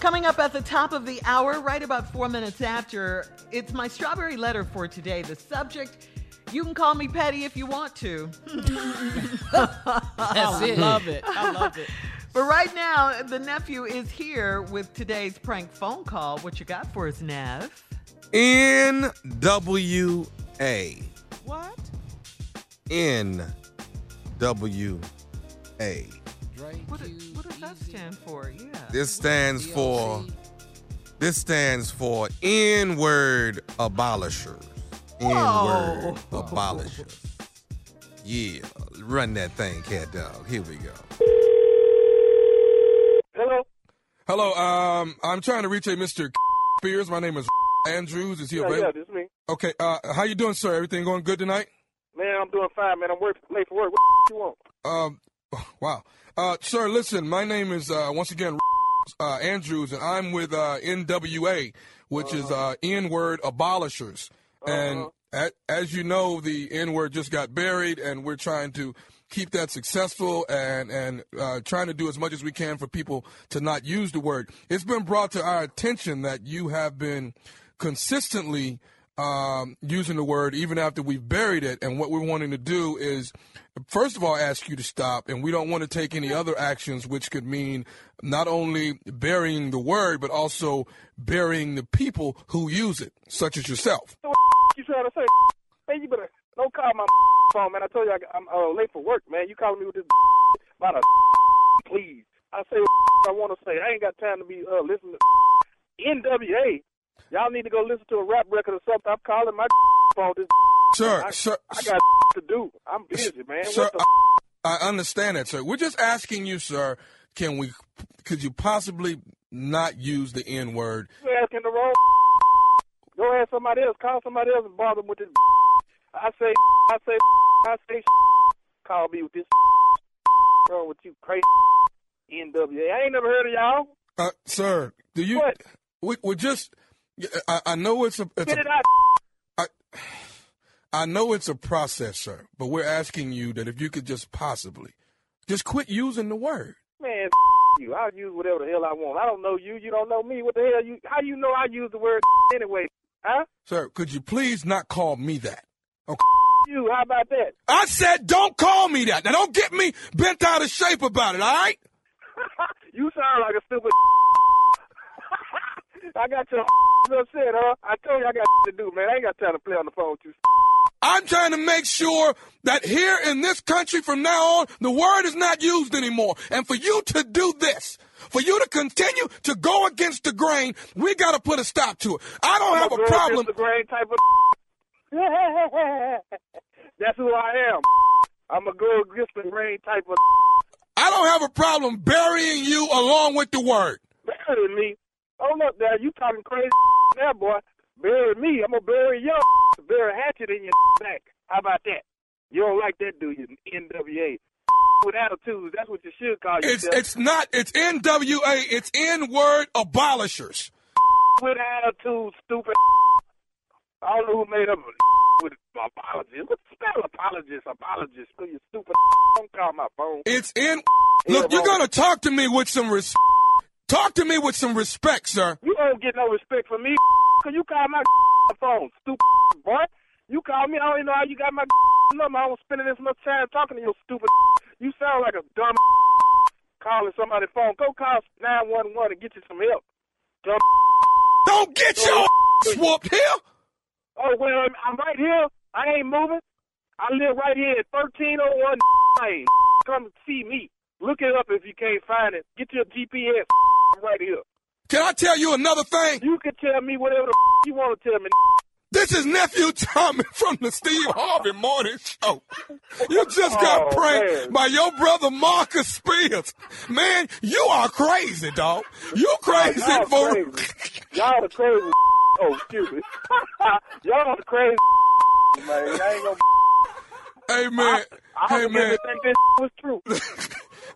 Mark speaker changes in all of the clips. Speaker 1: Coming up at the top of the hour, right about four minutes after, it's my strawberry letter for today. The subject, you can call me petty if you want to. Hmm.
Speaker 2: That's it.
Speaker 3: Love it. I love it.
Speaker 1: But right now, the nephew is here with today's prank phone call. What you got for us, Nev?
Speaker 4: NWA.
Speaker 3: What?
Speaker 4: NWA.
Speaker 2: Drake,
Speaker 1: What,
Speaker 2: you,
Speaker 1: what does that
Speaker 2: Easy,
Speaker 1: stand for? Yeah.
Speaker 4: This stands for
Speaker 2: DOC.
Speaker 4: this stands for N-word abolishers. N-word
Speaker 1: Whoa.
Speaker 4: abolishers. Yeah, run that thing, cat dog. Here we go.
Speaker 5: Hello.
Speaker 6: Hello, um, I'm trying to reach a Mr. Spears. My name is Andrews. Is he
Speaker 5: Yeah,
Speaker 6: available?
Speaker 5: yeah, this is me.
Speaker 6: Okay, uh, how you doing, sir? Everything going good tonight?
Speaker 5: Man, I'm doing fine, man. I'm work, late for work. What you want?
Speaker 6: Um, wow. Uh, sir, listen, my name is, uh, once again, uh, Andrews, and I'm with, uh, NWA, which is, uh, N-word abolishers. And a as you know, the N-word just got buried, and we're trying to keep that successful and, and, uh, trying to do as much as we can for people to not use the word. It's been brought to our attention that you have been consistently, um, using the word even after we've buried it. And what we're wanting to do is, first of all, ask you to stop. And we don't want to take any other actions, which could mean not only burying the word, but also burying the people who use it, such as yourself.
Speaker 5: You trying to say? Man, you better don't call my phone, man. I told you I, got- I'm uh, late for work, man. You calling me with this about a please? I say what I want to say. I ain't got time to be uh, listening to NWA. Y'all need to go listen to a rap record or something. I'm calling my phone. This
Speaker 6: Sir,
Speaker 5: I,
Speaker 6: sir,
Speaker 5: I got to do. I'm busy, man.
Speaker 6: sir,
Speaker 5: what the
Speaker 6: I, I understand that, sir. We're just asking you, sir, can we, could you possibly not use the N word?
Speaker 5: You asking the wrong. Go ask somebody else. Call somebody else and bother them with this. I say, I say, I say. Call me with this. Wrong with you, crazy. NWA. I ain't never heard of y'all.
Speaker 6: Uh, sir, do you,
Speaker 5: What?
Speaker 6: we, we're just, I, I know it's a, it's
Speaker 5: Get
Speaker 6: a
Speaker 5: it out.
Speaker 6: I know it's a process, sir, but we're asking you that if you could just possibly just quit using the word.
Speaker 5: Man, you. I'll use whatever the hell I want. I don't know you. You don't know me. What the hell you? How do you know I use the word anyway? Huh?
Speaker 6: Sir, could you please not call me that?
Speaker 5: You. How about that?
Speaker 6: I said don't call me that. Now don't get me bent out of shape about it, all right?
Speaker 5: You sound like a stupid. I got your upset, huh? I told you I got to do, man. I ain't got time to play on the phone with you.
Speaker 6: I'm trying to make sure that here in this country from now on, the word is not used anymore. And for you to do this, for you to continue to go against the grain, we got to put a stop to it. I don't have a
Speaker 5: Girl,
Speaker 6: problem.
Speaker 5: Mr. Gray type of. That's who I am. I'm a girl, against the grain type of.
Speaker 6: I don't have a problem burying you along with the word.
Speaker 5: Bury me. Hold up there. You talking crazy now, boy. Bury me. I'm going to bury your. Bury a hatchet in your back. How about that? You don't like that, do you? NWA. With attitudes. That's what you should call
Speaker 6: It's
Speaker 5: yourself.
Speaker 6: it's not it's NWA. It's N word abolishers.
Speaker 5: with attitude, stupid. I don't know who made up with apologies. What spell apologies? Apologies for you stupid. Don't call my phone.
Speaker 6: It's N. Look, you're gonna talk to me with some respect. Talk to me with some respect, sir.
Speaker 5: You don't get no respect from me, cause you call my phone, stupid boy. You call me, I don't even know how you got my number. I was spending this much time talking to your stupid. You sound like a dumb calling somebody's phone. Go call 911 and get you some help. Dumb.
Speaker 6: Don't get your whooped here.
Speaker 5: Oh, well, I'm- I'm right here. I ain't moving. I live right here at 1301 Lane. Come see me. Look it up if you can't find it. Get your GPS right here.
Speaker 6: Can I tell you another thing?
Speaker 5: You can tell me whatever the you want to tell me.
Speaker 6: This is nephew Tommy from the Steve Harvey Morning Show. You just got
Speaker 5: Oh,
Speaker 6: pranked
Speaker 5: man.
Speaker 6: by your brother Marcus Spears. Man, you are crazy, dog. You crazy
Speaker 5: Y'all
Speaker 6: for
Speaker 5: crazy. Y'all the crazy. Oh, excuse me. Y'all the crazy. Man, y'all ain't gonna.
Speaker 6: Hey man,
Speaker 5: I
Speaker 6: hey
Speaker 5: hope you
Speaker 6: man.
Speaker 5: didn't think this was true.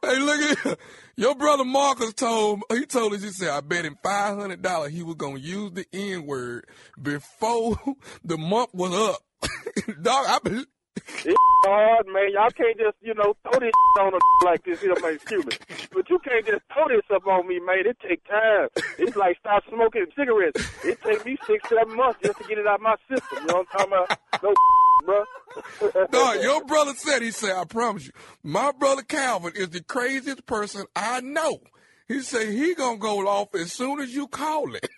Speaker 6: hey, look at here. your brother Marcus told he told us he said I bet him five hundred dollars he was gonna use the N word before the month was up. Dog, I bel-
Speaker 5: It's hard, man. Y'all can't just, you know, throw this on a like this here, man. Excuse me. But you can't just throw this up on me, man. It take time. It's like stop smoking cigarettes. It take me six, seven months just to get it out of my system. You know what I'm talking about? No, bro.
Speaker 6: No, your brother said, he said, I promise you, my brother Calvin is the craziest person I know. He said he gonna go off as soon as you call it.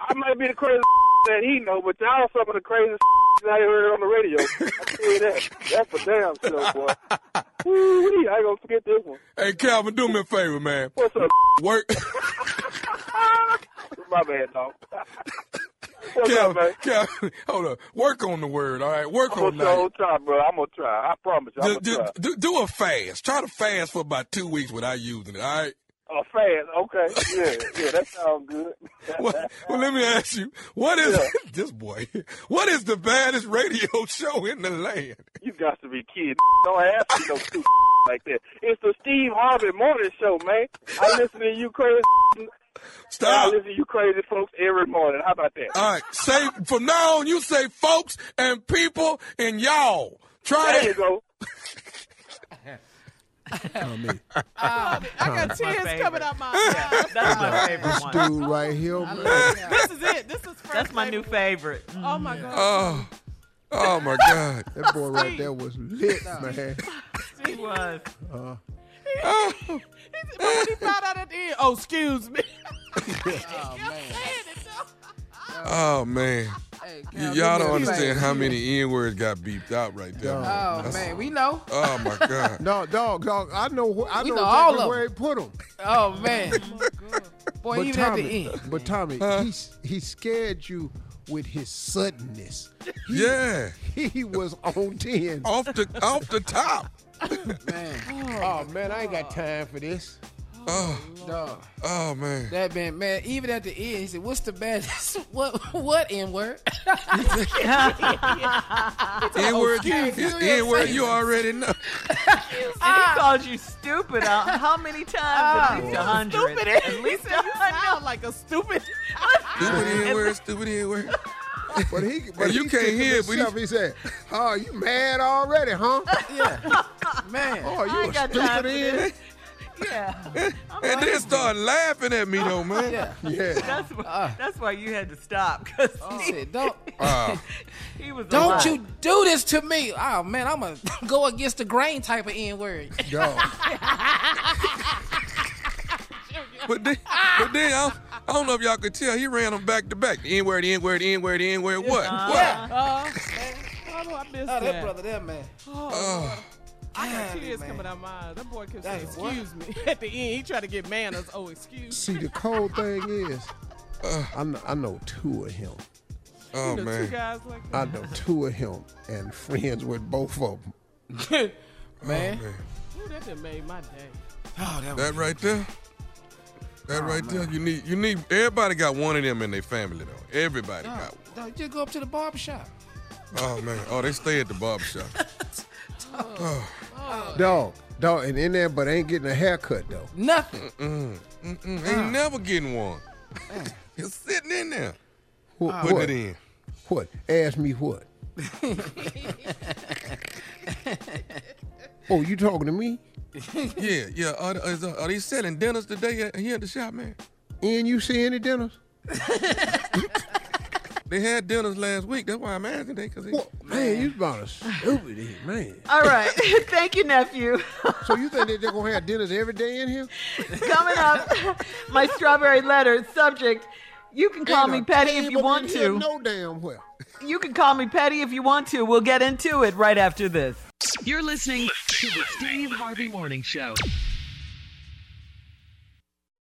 Speaker 5: I might be the craziest that he know, but y'all some of the craziest I heard on the radio. I tell you that. That's for damn sure, boy. Woo-wee, I ain't gonna forget this one.
Speaker 6: Hey, Calvin, do me a favor, man.
Speaker 5: What's up?
Speaker 6: Work,
Speaker 5: My bad, dog. What's up,
Speaker 6: Calvin,
Speaker 5: man?
Speaker 6: Calvin, hold on. Work on the word, all right? Work
Speaker 5: I'm
Speaker 6: on
Speaker 5: gonna try,
Speaker 6: that.
Speaker 5: I'm try, bro. I'm gonna try. I promise you. I'm
Speaker 6: Do,
Speaker 5: gonna
Speaker 6: do,
Speaker 5: try.
Speaker 6: do, do a fast. Try to fast for about two weeks without using it, all right?
Speaker 5: Oh, fast. Okay. Yeah, yeah. That sounds good.
Speaker 6: Well, well, let me ask you, what is this boy? What is the baddest radio show in the land?
Speaker 5: you got to be kidding. Don't ask me no stupid like that. It's the Steve Harvey Morning Show, man. I listen to you crazy. I
Speaker 6: Stop.
Speaker 5: listen to you crazy folks every morning. How about that?
Speaker 6: Oh. All right, say from now on, you say folks and people and y'all. Try
Speaker 5: There you
Speaker 6: that.
Speaker 5: go.
Speaker 3: I got
Speaker 1: my
Speaker 3: tears
Speaker 1: favorite.
Speaker 3: coming out my eyes.
Speaker 1: That's my favorite
Speaker 2: This
Speaker 1: one.
Speaker 2: dude right here,
Speaker 3: I
Speaker 2: man.
Speaker 3: love it. This is it. This is first
Speaker 1: That's my new
Speaker 3: favorite.
Speaker 1: favorite. Mm.
Speaker 3: Oh my God.
Speaker 6: Oh, oh my God.
Speaker 2: That boy right there was lit, man.
Speaker 1: He was.
Speaker 3: He- but when he found out at the end, oh, excuse me.
Speaker 7: Oh,
Speaker 3: I'm
Speaker 7: man.
Speaker 3: saying it though.
Speaker 6: Oh man,
Speaker 7: Hey,
Speaker 6: Y-
Speaker 7: Cal, do
Speaker 6: y'all don't
Speaker 7: me a
Speaker 6: understand
Speaker 7: favor.
Speaker 6: how many n words got beeped out right there.
Speaker 2: No.
Speaker 7: Oh, man. We know.
Speaker 6: Oh my God.
Speaker 2: No, dog, dog. I know. Wh- I
Speaker 7: We
Speaker 2: know
Speaker 7: know all
Speaker 2: exactly
Speaker 7: of
Speaker 2: where he put him.
Speaker 7: Oh, man. Boy, even at the end.
Speaker 2: but Tommy, he s- he scared you with his suddenness. He,
Speaker 6: Yeah,
Speaker 2: he was on ten. Oh,
Speaker 6: off the off the top.
Speaker 7: Oh, Man.
Speaker 2: man, I ain't got time for this.
Speaker 6: Oh,
Speaker 7: Dog.
Speaker 6: oh man.
Speaker 7: That man, man, even at the end, he said, What's the baddest? What, what N word?
Speaker 6: N word,
Speaker 7: excuse me.
Speaker 6: N word, you already know.
Speaker 1: And he called you stupid. Uh, how many times? At least a hundred.
Speaker 3: Ah. Stupid.
Speaker 1: At least
Speaker 3: he
Speaker 1: a
Speaker 3: said you
Speaker 1: hundred.
Speaker 3: sound like a stupid.
Speaker 6: Stupid N word, stupid N word.
Speaker 2: But he, but
Speaker 6: you
Speaker 2: he
Speaker 6: can't
Speaker 2: thinking
Speaker 6: hear it, but he-
Speaker 2: himself, he said, "Oh, you mad already, huh?
Speaker 7: yeah. Man.
Speaker 2: Oh, you
Speaker 1: I
Speaker 2: a
Speaker 1: ain't got time
Speaker 2: stupid
Speaker 1: for
Speaker 2: in?
Speaker 1: this. Yeah.
Speaker 6: And then start laughing at me though, man.
Speaker 7: Yeah.
Speaker 2: Yeah,
Speaker 1: That's
Speaker 2: Ah.
Speaker 1: why, that's why you had to stop because
Speaker 2: Oh.
Speaker 7: He said, Don't.
Speaker 6: Wow.
Speaker 1: he was. a
Speaker 7: Don't
Speaker 1: lot.
Speaker 7: you do this to me. Oh man, I'm a go against the grain type of N word.
Speaker 2: dog.
Speaker 6: But then, but then I, I don't know if y'all could tell. He ran them back to back. The N word, the N word, the N word, the N word. What? What?
Speaker 3: Yeah. Uh, how do I miss
Speaker 7: Oh, that
Speaker 3: that?
Speaker 7: brother, that man.
Speaker 6: Oh,
Speaker 3: I got
Speaker 7: Golly,
Speaker 3: tears
Speaker 7: man.
Speaker 3: coming out my eyes. That boy kept
Speaker 7: That
Speaker 3: saying,
Speaker 7: is what?
Speaker 3: excuse me. At the end, he tried to get manners. Oh, excuse
Speaker 2: See, the cold thing is,
Speaker 6: Uh.
Speaker 2: I kn- I know two of him.
Speaker 3: me. You know,
Speaker 6: oh
Speaker 3: two
Speaker 6: man.
Speaker 3: guys like that.
Speaker 2: I know two of him, and friends with both of them.
Speaker 7: Man.
Speaker 3: Ooh, that done made my day.
Speaker 7: Oh, that was
Speaker 6: That right there. That right there. You need you need everybody got one of them in their family though. Everybody
Speaker 7: no,
Speaker 6: got
Speaker 7: no, just go up to the barber shop.
Speaker 6: one. Oh man. Oh, they stay at the barbershop.
Speaker 2: Dog, dog, and in there, but ain't getting a haircut though.
Speaker 7: Nothing.
Speaker 6: Mm, ain't never getting one. It's sitting in there.
Speaker 2: Wh-
Speaker 4: Ah.
Speaker 6: Putting it in.
Speaker 2: What? Ask me what? oh, you talking to me?
Speaker 6: Yeah, yeah. Are, is- are they selling dinners today at- here at the shop, man?
Speaker 2: And you see any dinners?
Speaker 6: They had dinners last week. That's why I'm asking that. Cause they,
Speaker 2: What? Man, you about to stupid here, man.
Speaker 1: All right. Thank you, nephew.
Speaker 2: So you think that they're gonna have dinners every day in here?
Speaker 1: Coming up, my strawberry letter subject. You can call
Speaker 2: Ain't
Speaker 1: me
Speaker 2: a
Speaker 1: petty if you
Speaker 2: table
Speaker 1: want
Speaker 2: in here,
Speaker 1: to.
Speaker 2: No damn well.
Speaker 1: You can call me petty if you want to. We'll get into it right after this.
Speaker 8: You're listening to the Steve Harvey Morning Show.